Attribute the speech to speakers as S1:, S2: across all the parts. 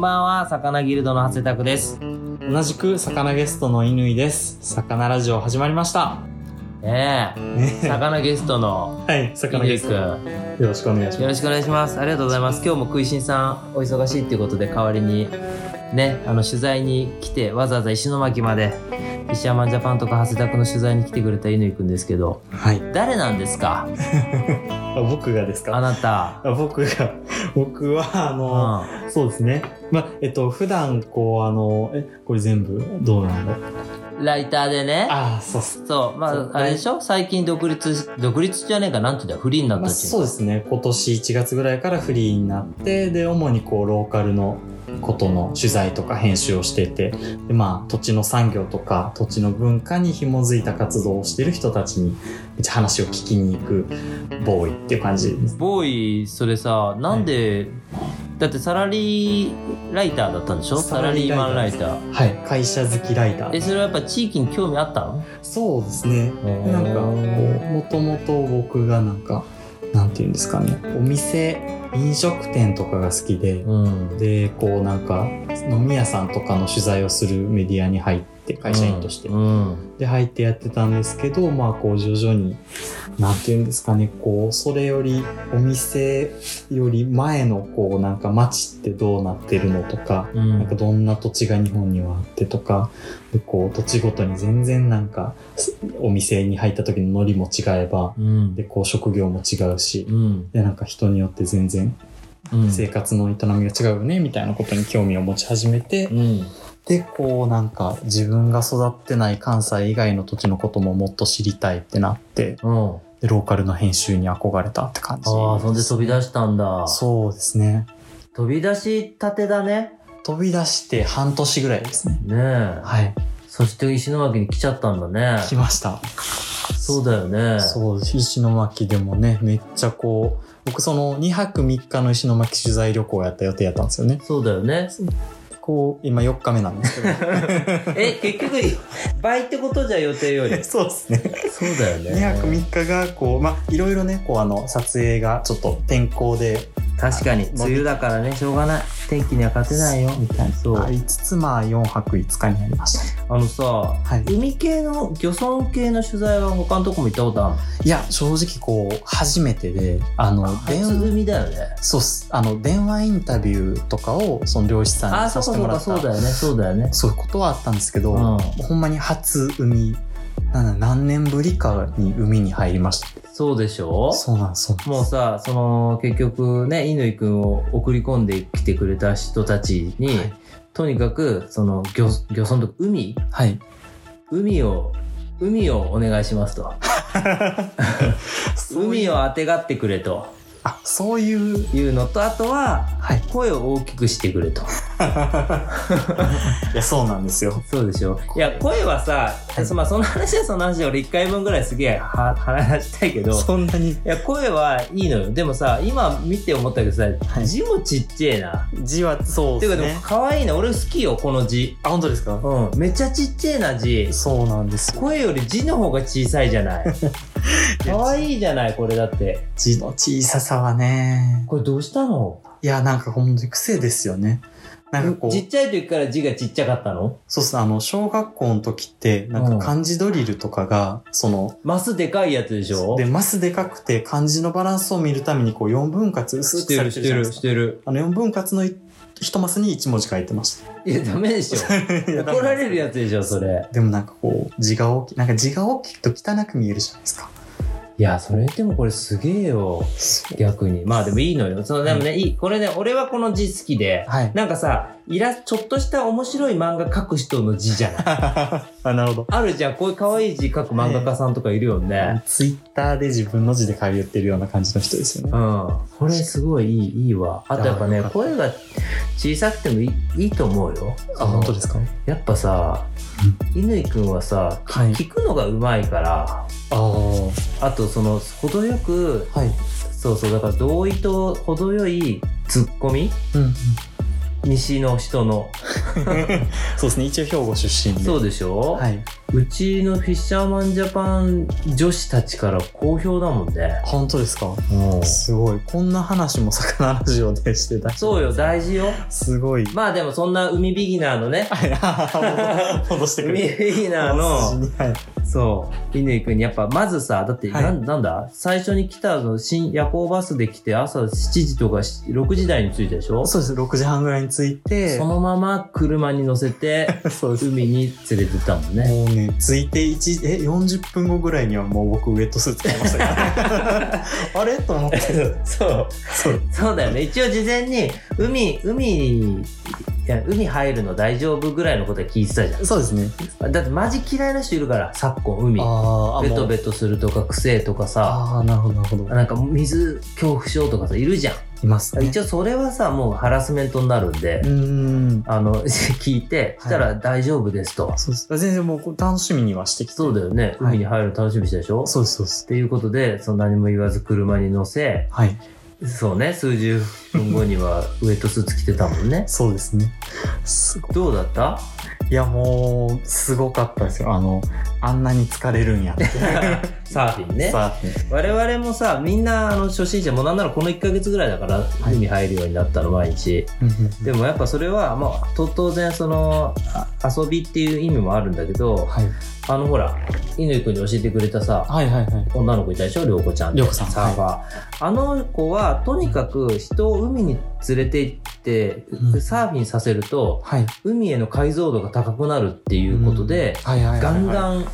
S1: 魚ギルドの長谷拓です。
S2: 同じく魚ゲストの乾です魚ラジオ始まりました
S1: ねえ、
S2: ね
S1: 魚ゲストの
S2: はい
S1: 乾
S2: 魚
S1: く
S2: ゲストよ
S1: ん、
S2: ろしくお願いし
S1: よ
S2: ま
S1: ろしくお願いします。ありがとうございます。今日も食いしんさんお忙しいっていうことで代わりに、ね、あの取材に来てわざわざ石巻まで、石山ジャパンとか長谷拓の取材に来てくれた乾くんですけど、
S2: すはい
S1: 誰なんですか
S2: あ僕がです
S1: あ
S2: か
S1: なた。
S2: あ僕が 僕はあ
S1: う
S2: の、
S1: ん。
S2: そうですねまあえっと普段こうあのえこれ全部どうなんだ
S1: ライターでね。
S2: ああそうっす
S1: そう、ま
S2: そう
S1: あ、あれでしょ最近独立、独立じゃねえか、なんて言うんだ、フリーになっ
S2: ま
S1: た
S2: あ、
S1: っていう
S2: そうですね今年1月ぐらいからフリーになってで主にこうローカルのことの取材とか編集をしていてで、まあ、土地の産業とか土地の文化に紐づいた活動をしている人たちにめっちゃ話を聞きに行くボーイっていう感じです。
S1: ボーイそれさなんで、だってサラリーライターだったんでしょサ
S2: サ
S1: ラ
S2: ラ
S1: リ
S2: リ
S1: ー
S2: ー
S1: マ
S2: マ
S1: ン
S2: ン
S1: ラ
S2: ラ
S1: イ
S2: イ
S1: ター
S2: はい、会社好きライタ
S1: え
S2: ー
S1: それはやっぱ地域に興味あったの
S2: そうですね
S1: へー
S2: なんかこうもともと僕がなんかなんていうんですかねお店飲食店とかが好きで、
S1: うん
S2: でこうなんか飲み屋さんとかの取材をするメディアに入って会社員として、
S1: うん
S2: で入ってやってたんですけどまあこう徐々に何て言うんですかねこうそれよりお店より前のこうなんか街ってどうなってるのとか
S1: う
S2: なんか
S1: ん
S2: どんな土地が日本にはあってとかでこう土地ごとに全然なんかすお店に入った時のノリも違えば
S1: うん
S2: でこう職業も違うし
S1: うん
S2: でなんか人によって全然
S1: うん
S2: 生活の営みが違うよねみたいなことに興味を持ち始めて、
S1: うん
S2: でこうなんか自分が育ってない関西以外の土地のことももっと知りたいってなって
S1: うん
S2: でローカルの編集に憧れたって感じ
S1: ああそんで飛び出したんだ
S2: そうですね
S1: 飛び出したてだね
S2: 飛び出して半年ぐらいですね
S1: ねえ
S2: はい
S1: そして石巻に来ちゃったんだね
S2: 来ました
S1: そうだよね
S2: そう石巻でもねめっちゃこう僕その2泊3日の石巻取材旅行やった予定やったんですよね
S1: そうだよ ね
S2: こう今4日目なんですけ
S1: え結局倍ってことじゃ予定より
S2: ど そうですね
S1: そうだよね
S2: 2泊3日がこうまあいろいろねこうあの撮影がちょっと天候で
S1: 確かに梅雨だからねしょうがない天気には勝てないよ
S2: みたい
S1: そう
S2: なありつつまあ4泊5日になりました
S1: あのさ、
S2: い
S1: 海系の漁村系の取材は他のとこも行ったことある
S2: いや正直こう初めてであの電
S1: 初組だよね
S2: そうっすあの電話インタビューとかをその漁師さん
S1: あ
S2: に
S1: そ
S2: さ
S1: う
S2: せ
S1: か
S2: て
S1: そう
S2: も
S1: かそう
S2: らった
S1: だよねそうだよね
S2: そういうことはあったんですけど、
S1: うん
S2: ほんまに初海なんだ何年ぶりかに海に入りました
S1: そうでしょ
S2: そうなんですそうなんです
S1: もうさその結局ね乾くんを送り込んできてくれた人たちに、
S2: はい
S1: とにかくその漁漁村とか海
S2: はい
S1: 海を海をお願いしますと海をあてがってくれと
S2: あそういう
S1: いうのとあとは
S2: はい
S1: 声を大きくしてくれと。
S2: いやそうなんですよ
S1: そうでしょ。いや、声はさ、そまあ、その話はその話で俺一回分ぐらいすげえは話したいけど、い
S2: そんなに
S1: や、声はいいのよ。でもさ、今見て思ったけどさ、
S2: はい
S1: 字もちっちゃいな。
S2: 字はそう
S1: て
S2: で
S1: いう
S2: す
S1: かでも可
S2: ね
S1: 愛いな。俺好きよ、この字。
S2: あ本当ですか
S1: うん。めっちゃちっちゃいな、字。
S2: そうなんですよ
S1: 声より字の方が小さいじゃ ない。可愛いじゃない、これだって。
S2: 字の小ささはね
S1: これどうしたの
S2: いやなんかほんとに癖ですよねなんかこう
S1: ちっちゃい時から字がちっちゃかったの
S2: そうっすねあの小学校の時ってな
S1: うんん
S2: か漢字ドリルとかがその
S1: マスでかいやつでしょ
S2: でマスでかくて漢字のバランスを見るためにこう4分割薄
S1: し
S2: く
S1: て
S2: され
S1: る、し
S2: てるじ
S1: て
S2: ゃない
S1: る、
S2: です
S1: し
S2: か
S1: てる。
S2: あの4分割のい一マスに1文字書いてま した
S1: いや、ダメでしょ。
S2: いや
S1: 怒られるやつでしょ、それ。
S2: でもなんかこう字が大きいなんか字が大きくと汚く見えるじゃないですか
S1: いや、それでもこれすげえよ。逆に。まあでもいいのよ。そのでもね、いい。これね、俺はこの字好きで、
S2: はい。
S1: なんかさ、イラちょっとした面白い漫画描く人の字じゃない
S2: あなるほど
S1: あるじゃん。こういう可愛い字描く漫画家さんとかいるよね。
S2: ツイッターで自分の字で通ってるような感じの人ですよね
S1: うん。これすごいいい、いいわ。あとやっぱね
S2: あよか、った
S1: 声が小さくてもいいいいと思うよ。
S2: あ本当
S1: す
S2: ですか
S1: やっぱさ、乾くんはさ、
S2: はい
S1: 聞くのがうまいから、
S2: ああ
S1: あとその、程よく
S2: はい。
S1: そうそう、だから同意と程よいツッコミ
S2: うん、うん。
S1: 西の人の。
S2: そうですね。一応兵庫出身で。
S1: そうでしょ、
S2: はい。
S1: うちのフィッシャーマンジャパン女子たちから好評だもんね。
S2: 本当ですか
S1: うん
S2: すごい。こんな話も魚ラジオでしてた。
S1: そうよ、大事よ。
S2: すごい。
S1: まあでもそんな海ビギナーのね、
S2: はい、 戻してく
S1: 海
S2: れ。
S1: ビギナー
S2: お
S1: の、
S2: 筋にはい
S1: そう、乾くんにやっぱまずさ、だって、
S2: はい
S1: なんなんだ最初に来たの、新夜行バスで来て朝7時とかし6時台に着いたでしょ
S2: そうです。6時半ぐらいに着いて、
S1: そのまま車に乗せて
S2: そうです。
S1: 海に連れてったもんね。
S2: もうね、着いて1、え、40分後ぐらいにはもう僕ウェットスーツ着てましたから、 ね、あれと思って。
S1: そう。
S2: そう。
S1: そうだよね。一応事前に、海、海に、いや、海入るの大丈夫ぐらいのことは聞いてたじ
S2: そうですね。
S1: ゃん。だってマジ嫌いな人いるから、昨今海。
S2: あーあ、
S1: ベト
S2: ト。
S1: ベトするとか、癖とかさ、
S2: ああ、なるほど、なるほど。
S1: なんか水恐怖症とかさ、いるじゃん。
S2: いますね。
S1: 一応それはさ、もうハラスメントになるんで
S2: う、ーん。
S1: あの、 聞いて、したら大丈夫ですと。
S2: そうです。全然もうこう楽しみにはしてきて。
S1: そうだよね。
S2: はい
S1: 海に入るの楽しみにしたでしょ、
S2: そうです、そうです
S1: っ。ていうことで、その何も言わず車に乗せ、
S2: はい。
S1: そうね、数十分後にはウエットスーツ着てたもんね。
S2: そうですね。すごい。
S1: どうだった
S2: いや、もう、すごかったですよ。あの、あんなに疲れるんや って。
S1: サーフィンね。
S2: さあ、
S1: 我々もさ、みんなあの初心者、もうなんならこの1ヶ月ぐらいだから、
S2: い
S1: 海入るようになったの、毎日。
S2: で
S1: でもやっぱそれは、まあ、と当然その、あ遊びっていう意味もあるんだけど、
S2: はい。
S1: あのほら、乾くんに教えてくれたさ、
S2: はいはいはい。
S1: 女の子いたでしょ、りょうこちゃんって。
S2: りょうこさん
S1: サーファー。あの子は、とにかく人を海に連れて行って、
S2: うん
S1: サーフィンさせると、
S2: はい。
S1: 海への解像度が高くなるっていうことで、
S2: はいはいはいはい。
S1: ガンガ
S2: ン。
S1: ン、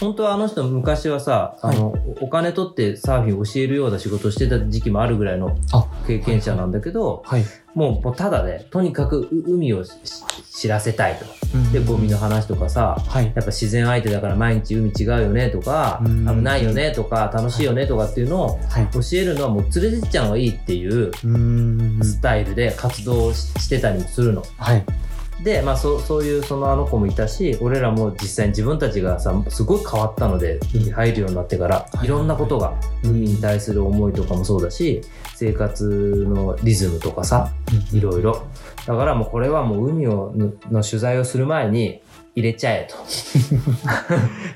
S1: 本当はあの人昔はさ、あの、お金取ってサーフィンを教えるような仕事をしてた時期もあるぐらいの
S2: あ
S1: 経験者なんだけど、
S2: はい。
S1: もう、もうただで、とにかくう海をし知らせたいと。で、ゴミの。話とかさ、
S2: はい。
S1: やっぱ自然相手だから毎日海違うよねとか、
S2: うん
S1: 危ないよねとか、楽しいよねとかっていうのを
S2: はい。
S1: 教えるのはもう連れてっちゃうのがいいっていう
S2: うーん。
S1: スタイルで活動ししてたりするの。
S2: はい。
S1: で、まあ、そうそういうそのあの子もいたし俺らも実際に自分たちがさすごい変わったので
S2: うん
S1: 入るようになってから
S2: はい
S1: いろんなことが海に対する思いとかもそうだし生活のリズムとかさいろいろだからもうこれはもう海をのの取材をする前に入れちゃえ
S2: そ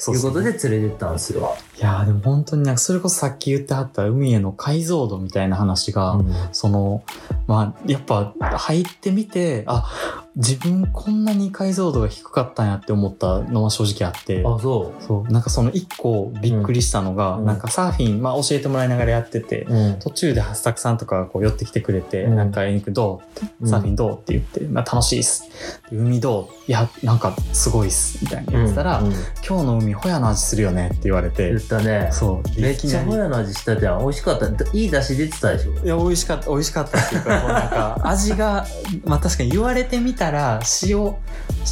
S1: という
S2: そ
S1: ことで連れてったんですよ。
S2: いやーでも本当になんか、それこそさっき言ってはった海への解像度みたいな話が、
S1: うん
S2: その、まあ、やっぱ入ってみて、あ、自分こんなに解像度が低かったんやって思ったのは正直あって。
S1: あそ
S2: そう。なんかその一個びっくりしたのが、
S1: うん
S2: なんかサーフィン、まあ教えてもらいながらやってて、
S1: う、うん
S2: 途中でハッサクさんとかがこう寄ってきてくれて、
S1: うん
S2: なんか、エニクどうサーフィンどうって言って、まあ楽しいっす。海どういや、なんかすごいっす。みたいに言ってたら、
S1: うんうん
S2: 今日の海、ホヤの味するよねって言われて
S1: 言っ、たね
S2: そう。で
S1: め
S2: い
S1: っ
S2: き
S1: ち
S2: な
S1: ゃ
S2: り
S1: ホヤの味したじゃん美味しかったいい出汁出てたでしょ
S2: いや、美味しかった、美味しかったっていうか、こうなんか、味が、まあ確かに言われてみたら、塩、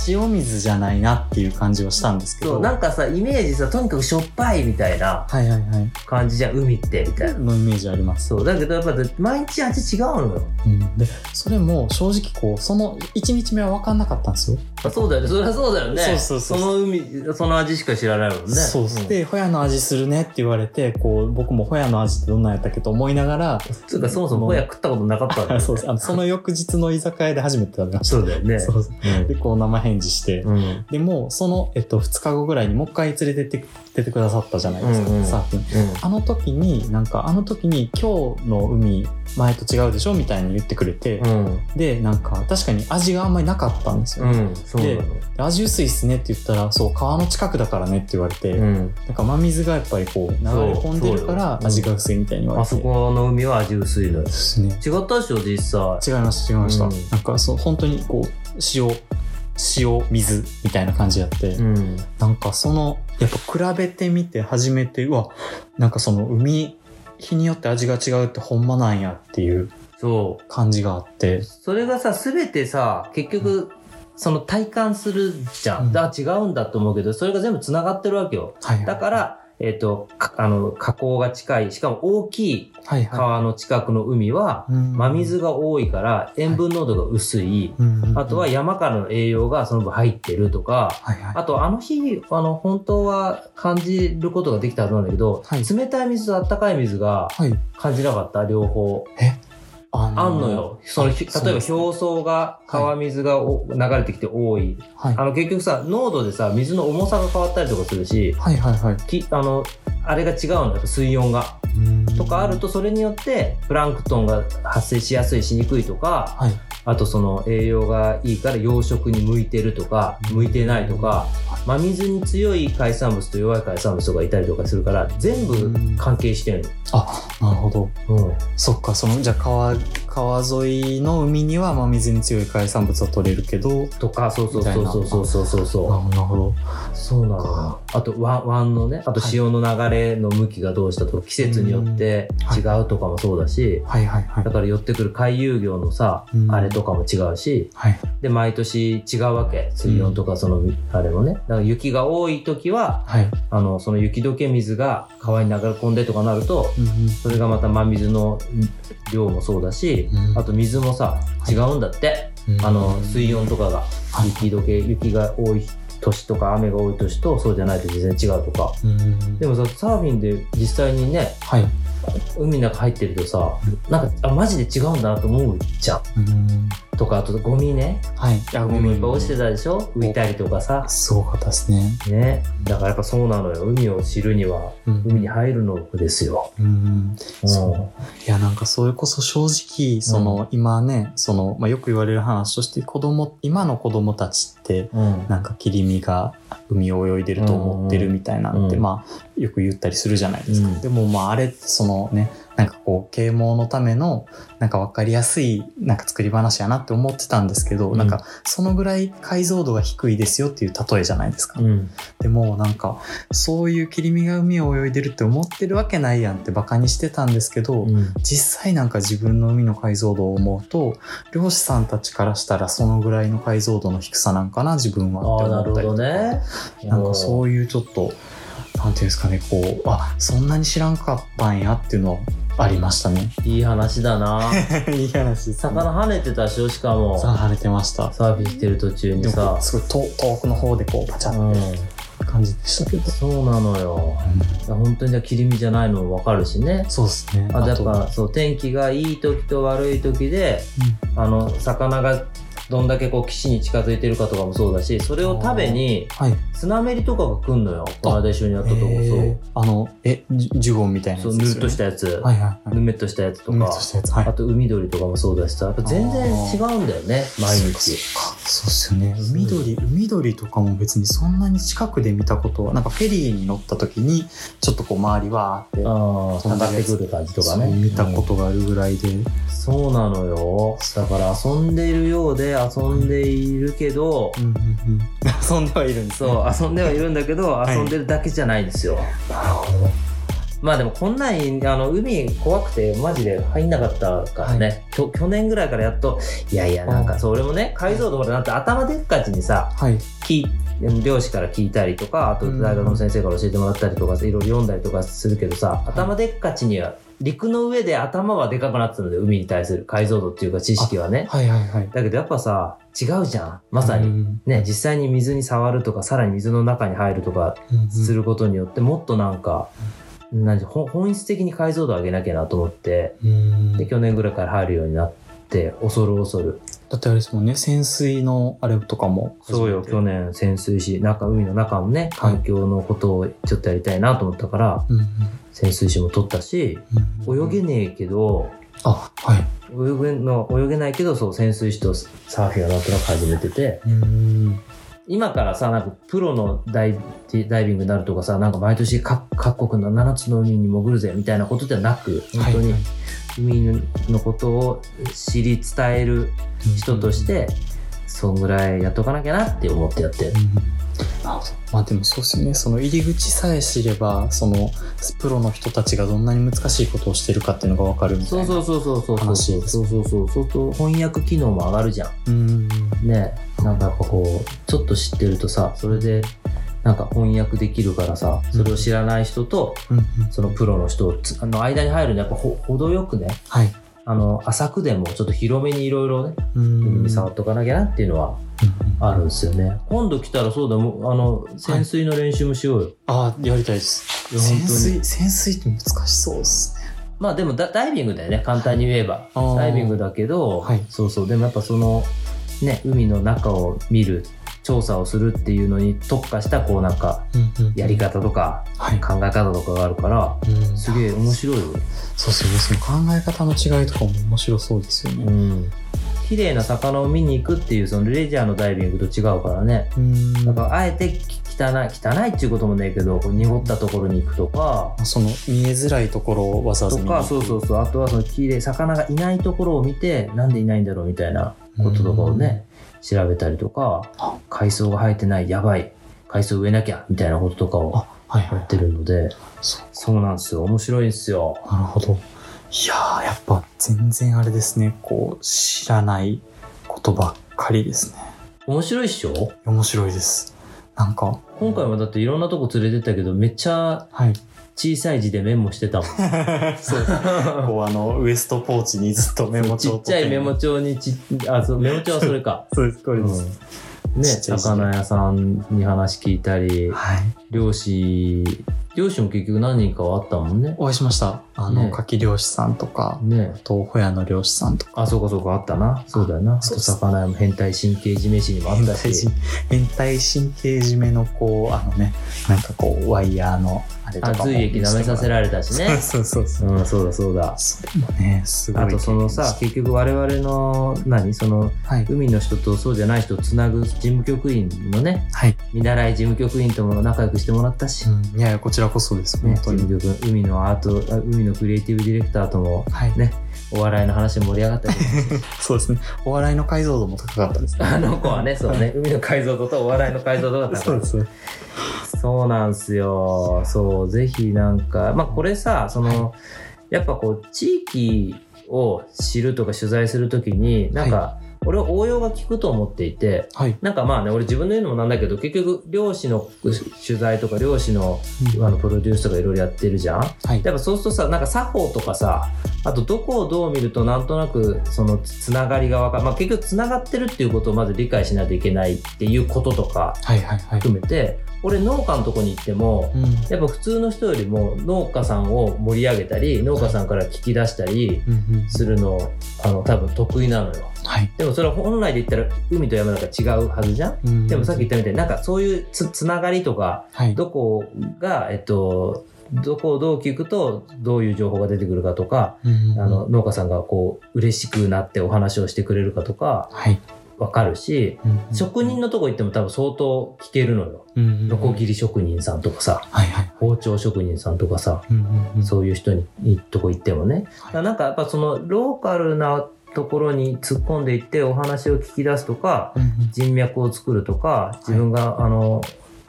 S2: 塩水じゃないなっていう感じはしたんですけ
S1: そ
S2: ど。
S1: うなんかさイメージさとにかくしょっぱいみたいな
S2: はいはいはい。
S1: 感じじゃん海ってみたいな
S2: のイメージあります。
S1: そうだけどやっぱ毎日味違うのよ
S2: うん、でそれも正直こうその1日目は分かんなかったんですよ、
S1: あそうだよねそりゃそうだよね
S2: そうそうそう
S1: の海その味しか知らないもんね
S2: そうっす
S1: ん
S2: でホヤの味するねって言われてこう僕もホヤの味ってどんなんやったっけと思いながら
S1: つうかそもそもホヤ食ったことなかったんだよ
S2: そうっすあのその翌日の居酒屋で初めて食べまし
S1: そうだよね
S2: たそうっすでこう生返事して、
S1: うんうん
S2: でもうその、えっと、2日後ぐらいにもう一回連れてって出てくださったじゃないですか、
S1: うんうん
S2: サーフィンあの時になんかあの時に今日の海前と違うでしょみたいに言ってくれて、
S1: うん
S2: でなんか確かに味があんまりなかったんですよ、
S1: うんそうなの
S2: で味薄いっすねって言ったらそう川の近くだからねって言われて、
S1: うん
S2: なんか真水がやっぱりこう流れ込んでるから
S1: そうそうよ
S2: 味が薄いみたいに言われ
S1: あ
S2: て
S1: そこの海は味薄いのよ
S2: そうですね
S1: 違ったでしょ実際
S2: 違いました違いました、
S1: うん
S2: なんかそう本当にこう塩塩水みたいな感じやって、
S1: うん
S2: なんかそのやっぱ比べてみて初めてうわなんかその海日によって味が違うってほんまなんやっていう
S1: そう
S2: 感じがあって
S1: それがさ全てさ結局その体感するじゃん、
S2: うん
S1: だ違うんだと思うけどそれが全部つながってるわけよ
S2: はい
S1: だから、えっとかあの河口が近いしかも大きい
S2: はいは、
S1: 川の近くの海はい
S2: うん
S1: 真水が多いから塩分濃度が薄い、
S2: うんうんうん
S1: あとは山からの栄養がその分入ってるとか
S2: はいはい
S1: あとあの日あの本当は感じることができたはずなんだけど、
S2: はい
S1: 冷たい水と温かい水が
S2: はい
S1: 感じなかった両方
S2: あ
S1: あんのよ。その、ひ
S2: そう
S1: 例えば表層が、川水がお流れてきて多い。
S2: はい
S1: あの、結局さ、濃度でさ、水の重さが変わったりとかするし、
S2: はいはいはい
S1: きあの、あれが違うんだよ、水温が。とかあると、それによって、プランクトンが発生しやすい、しにくいとか、
S2: はい
S1: あとその、栄養がいいから養殖に向いてるとか、向いてないとか、真水に強い海産物と弱い海産物がいたりとかするから、全部関係してる
S2: なるほど
S1: の。うん。
S2: そっかそのじゃあ川川沿いの海には真水に強い海産物は取れるけど
S1: とか、そうそうそうそうそうそうそうそう。
S2: なるほど
S1: そうなのよ
S2: か
S1: あと湾湾のねあと
S2: はい
S1: 潮の流れの向きがどうしたとか季節によって違うとかもそうだし、
S2: はいはいはい
S1: だから寄ってくる回遊魚のさ、
S2: うん
S1: あれとかも違うし
S2: はい
S1: で毎年違うわけ水温とかその、あれもねだから雪が多い時は
S2: はい
S1: あのその雪解け水が川に流れ込んでとかなると
S2: うんうん
S1: それがまた真水の量もそうだし、
S2: うん
S1: あと水もさ違うんだって。あの水温とかが
S2: はい
S1: 雪解け雪が多い年とか雨が多い年とそうじゃないと全然違うとか
S2: うん
S1: でもさサーフィンで実際にね
S2: はい
S1: 海の中入ってるとさなんかあマジで違うんだなと思うじゃん
S2: うん
S1: とかあとゴミね
S2: はいあ
S1: ゴミいっぱい落ちてたでしょ
S2: ん
S1: 浮いたりとかさ
S2: すごかったですね
S1: ねだからやっぱそうなのよ海を知るには海に入るのですよ、
S2: うん
S1: うん、
S2: そいや、なんかそれこそ正直、その、今ね、その、まあ、よく言われる話として、子供、今の子供たちって、
S1: う、ん、
S2: なんか切り身が海を泳いでると思ってるみたいなんて、
S1: うん
S2: まあ、よく言ったりするじゃないですか。
S1: うん
S2: でもまあ、あれってそのね、なんかこう、啓蒙のための、なんかわかりやすい、なんか作り話やなって思ってたんですけど、
S1: うん
S2: なんか、そのぐらい解像度が低いですよっていう例えじゃないですか。
S1: うん
S2: でもなんか、そういう切り身が海を泳いでるって思ってるわけないやんってバカにしてたんですけど、
S1: うん
S2: 実際なんか自分の海の解像度を思うと漁師さんたちからしたらそのぐらいの解像度の低さなんかな自分は
S1: ああな
S2: って
S1: る
S2: 思っ
S1: ほ
S2: たり
S1: ど
S2: とか
S1: ね
S2: なんか
S1: う
S2: そういうちょっとなんていうんですかねこうあそんなに知らんかったんやっていうのはありまし たね
S1: いい話だ な
S2: いい話
S1: 魚跳ねてたでしょしかも
S2: さ晴れてました
S1: サーフィンしてる途中に
S2: で
S1: さ
S2: も、すごい遠遠くの方でこうパチャ
S1: う
S2: っ
S1: ん、
S2: て感じでしたけど、
S1: そうなのよいや本当にじゃあ切り身じゃないのも分かるしね
S2: そうですね
S1: あとやっ
S2: と
S1: ぱそう天気がいい時と悪い時で、あの魚がどんだけこう岸に近づいてるかとかもそうだしそれを食べに
S2: はい
S1: 砂めりとかが来んのよこの間一緒にやったとこ
S2: えーあのえジュジュゴンみたいな
S1: そうそうぬるっとしたたやつ、
S2: はいはいはい
S1: ぬめっとしたやつと
S2: ぬる
S1: か
S2: っとしたやつはい
S1: あと海鳥とかもそうだしさやっぱ全然違うんだよね毎日
S2: そっかそうっすよね海鳥海鳥とかも別にそんなに近くで見たことはなんかフェリーに乗った時にちょっとこう周りわーって
S1: ああ下がってくる感じとかね
S2: そう見た
S1: うん
S2: ことがあるぐらいで、
S1: そうなのよ。だから遊んでいるようで遊んでいるけど、
S2: うんうんうん、 遊んではいるんです、ね、
S1: そう、遊んではいるんだけど、
S2: い
S1: 遊んでるだけじゃないんですよ。
S2: なるほど
S1: まあでもこんなんあの、海怖くてマジで入んなかったからね、きょ去年ぐらいからやっと、いやいや、なん
S2: う
S1: か
S2: ん
S1: そう、俺もね、解像度までなって頭でっかちにさ、
S2: はい
S1: 聞い漁師から聞いたりとか、あと
S2: うん
S1: 大学の先生から教えてもらったりとか、いろいろ読んだりとかするけどさ、頭でっかちには、陸の上で頭はでかくなってたので、海に対する解像度っていうか知識はね。
S2: はいはいはい
S1: だけどやっぱさ違うじゃんまさに、
S2: うん
S1: ね実際に水に触るとかさらに水の中に入るとか
S2: うんうん
S1: することによってもっとなんか、なんかほ本質的に解像度上げなきゃなと思って
S2: うん
S1: で去年ぐらいから入るようになって恐る恐る
S2: だってあれですもんね潜水のあれとかも
S1: そうよ去
S2: 日、
S1: 年潜水士中海の中もね
S2: はい
S1: 環境のことをちょっとやりたいなと思ったから、
S2: うんうん
S1: 潜水士も取ったし
S2: うん、
S1: 泳げねえけど
S2: あはい
S1: 泳げの泳げないけどそう潜水士とサーフィンはなんとなく始めてて。
S2: うん
S1: 今からさなんかプロのダイダイビングになるとかさなんか毎年各各国の7つの海に潜るぜみたいなことではなく本当に
S2: はい
S1: 海のことを知り伝える人として、そんぐらいやっとかなきゃなって思ってやってる
S2: あまあでもそうですよねその入り口さえ知ればそのプロの人たちがどんなに難しいことをしてるかっていうのが分かるみたい
S1: そ
S2: な
S1: うそうそうそうそうそう
S2: 楽し
S1: そ
S2: いうです
S1: そうそうそうそうそう翻訳機能も上がるじゃん
S2: うん
S1: ねなんかやっぱこうちょっと知ってるとさそれでなんか翻訳できるからさそれを知らない人と
S2: うんうん
S1: そのプロの人をつあの間に入るのやっぱほ程よくね
S2: はい
S1: あの浅くでもちょっと広めにいろいろね海に触
S2: っ
S1: っておかなきゃなっていうのはあるんですよね今度来たらそうだもうあの潜水の練習もしようよ、
S2: あやりたいです
S1: いや本当
S2: 潜
S1: に
S2: 水潜水って難しそうですね
S1: まあでもダダイビングだよね簡単に言えば、
S2: あー
S1: ダイビングだけど、
S2: はい
S1: そうそうでもやっぱそのね海の中を見る調査をするっていうのに特化したこうなんか
S2: うんうん
S1: やり方とか
S2: はい、
S1: 考え方とかがあるから
S2: うん
S1: すげえ面白いよ、
S2: そうですよねその考え方の違いとかも面白そうですよ
S1: う
S2: ね
S1: ん、綺麗な魚を見に行くっていうそのレジャーのダイビングと違うからね
S2: うん
S1: だからあえてき汚い汚いっていうこともないけどこう濁ったところに行くとか
S2: その見えづらいところをわざわざ
S1: と
S2: 見に
S1: かそうそうそうあとはその綺麗魚がいないところを見てなんでいないんだろうみたいなこととかをね調べたりとか海藻が生えてないやばい海藻植えなきゃみたいなこととかを
S2: あはいは
S1: や
S2: い
S1: ってるので
S2: そ
S1: そうなんですよ面白いんですよ
S2: うなるほどいやーやっぱ全然あれですねこう知らないことばっかりですね
S1: 面白いっしょ
S2: 面白いですなんか
S1: 今回はだっていろんなとこ連れてったけどめっちゃ
S2: はい
S1: 小さい字でメモしてたもん
S2: そうこうあのウエストポーチにずっとメモ
S1: ち
S2: 帳
S1: っちゃいメモ帳にちあそうメモ帳はそれか
S2: そうですこれです、
S1: ね
S2: ちっちゃい字
S1: 魚屋さんに話聞いたり
S2: はい
S1: 漁師漁師も結局何人かはあったもんね
S2: お会いしましたあの、
S1: ね
S2: 柿漁師さんとか
S1: ね
S2: あとホヤの漁師さんとか
S1: あそうかそうかあったなそうだよなあ
S2: そ
S1: と
S2: うっす
S1: 魚屋も変態神経締め師にもあったし
S2: 変態神経締めのこうあのねなんかこうワイヤーのあれとか
S1: あ
S2: も
S1: 髄液舐めさせられたしね
S2: そうそうそう
S1: うんそうだそうだ
S2: それもねすごい
S1: あとそのさ結局我々の何その
S2: はい、
S1: 海の人とそうじゃない人をつなぐ事務局員のね
S2: はい
S1: 見習い事務局員とも仲良くしてもらったし、
S2: うん、いやいやこちらこそです
S1: ね
S2: 本当に、
S1: 事務局海のアートあ海のクリエイティブディレクターとも
S2: はい、
S1: ねお笑いの話で盛り上がったり
S2: そうですねお笑いの解像度も高かったですね
S1: あの子はねそうね海の解像度とお笑いの解像度が高い
S2: ですね
S1: そうなんすよ。そう、ぜひなんか、まあこれさ、その、やっぱこう、地域を知るとか取材するときに、なんか、俺は応用が効くと思っていて、
S2: はい
S1: なんかまあね、俺自分の言うのもなんだけど、結局、漁師の取材とか、漁師の
S2: うん
S1: あのプロデュースとかいろいろやってるじゃん
S2: はい
S1: やっぱそうするとさ、なんか作法とかさ、あとどこをどう見るとなんとなくそのつながりがわかる。まあ結局つながってるっていうことをまず理解しないといけないっていうこととか、
S2: はいはいはい
S1: 含めて俺農家のとこに行っても
S2: うん
S1: やっぱ普通の人よりも農家さんを盛り上げたり農家さんから聞き出したり
S2: うんうん
S1: するのあの多分得意なのよ
S2: はい
S1: でもそれは本来で言ったら海と山なんか違うはずじゃん
S2: うん
S1: でもさっき言ったみたいになんかそういうつつながりとか
S2: はい
S1: どこがえっとどこをどう聞くとどういう情報が出てくるかとか
S2: うんうん
S1: あの農家さんがこう嬉しくなってお話をしてくれるかとか
S2: はい、
S1: 分かるし
S2: うんうん
S1: 職人のとこ行っても多分相当聞けるのよ
S2: うんうんうん
S1: ノコギリ職人さんとかさ
S2: はいはい
S1: 包丁職人さんとかさ
S2: うんうんうん
S1: そういう人にいとこ行ってもねだ
S2: はい
S1: からなんかやっぱそのローカルなところに突っ込んでいってお話を聞き出すとか
S2: うんうん
S1: 人脈を作るとか自分があの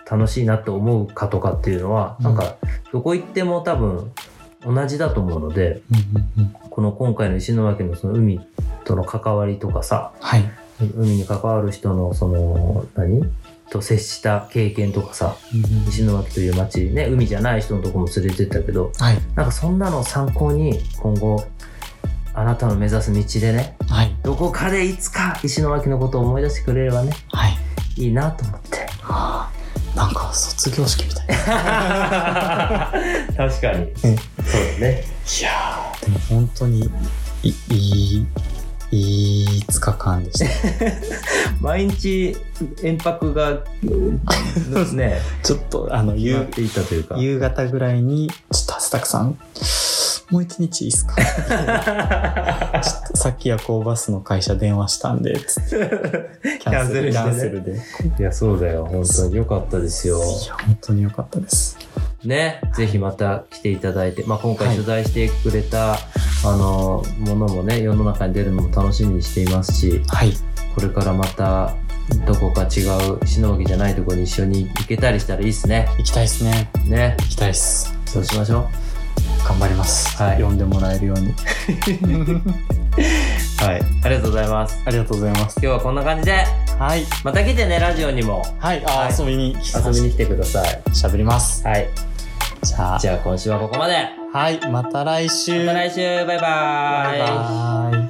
S1: 楽しいなって思うかとかっていうのは
S2: うん
S1: なんかどこ行っても多分同じだと思うので
S2: うんうんうん
S1: この今回の石巻のその海との関わりとかさ
S2: はい
S1: 海に関わる人のその何と接した経験とかさ
S2: うんうん
S1: 石巻という町ね海じゃない人のとこも連れてったけど
S2: はい
S1: なんかそんなのを参考に今後あなたの目指す道でね
S2: はい
S1: どこかでいつか石巻のことを思い出してくれればね
S2: はい
S1: いいなと思って
S2: はあなんか卒業式みたいな。い
S1: 確かにそうだね
S2: やーでも本当にいいいい5日間でした。
S1: 毎日遠泊がね
S2: ちょっとあの
S1: 言っ
S2: 夕
S1: ていたというか
S2: 夕方ぐらいにちょっと汗たくさんもう一日いいっす かちょっとさっき夜行バスの会社電話したんでつって キャンセル
S1: キ
S2: キ
S1: ャ
S2: ャ
S1: ン
S2: ン
S1: セ
S2: セ
S1: ル
S2: ルで。
S1: いやそうだよ本当に良かったですよ
S2: いや本当に良かったです。
S1: ね、ぜひまた来ていただいて、まあ、今回
S2: はい
S1: 取材してくれた、あのものもね世の中に出るのも楽しみにしていますし
S2: はい
S1: これからまたどこか違うしのぎじゃないところに一緒に行けたりしたらいいですね。
S2: 行きたいですね
S1: ね
S2: 行きたいです。
S1: そうしましょう。
S2: 頑張ります。
S1: はい
S2: 読んでもらえるよ うに。
S1: はい、ありがとうございます。
S2: ありがとうございます。
S1: 今日はこんな感じで
S2: はい。
S1: また来てねラジオにも
S2: はい、あー遊びに
S1: 遊びに来てください。
S2: しゃべります。
S1: はい、
S2: じゃあ、
S1: じゃあ今週はここまで。
S2: はい、また来週。
S1: また来週バイバー
S2: バイバイ。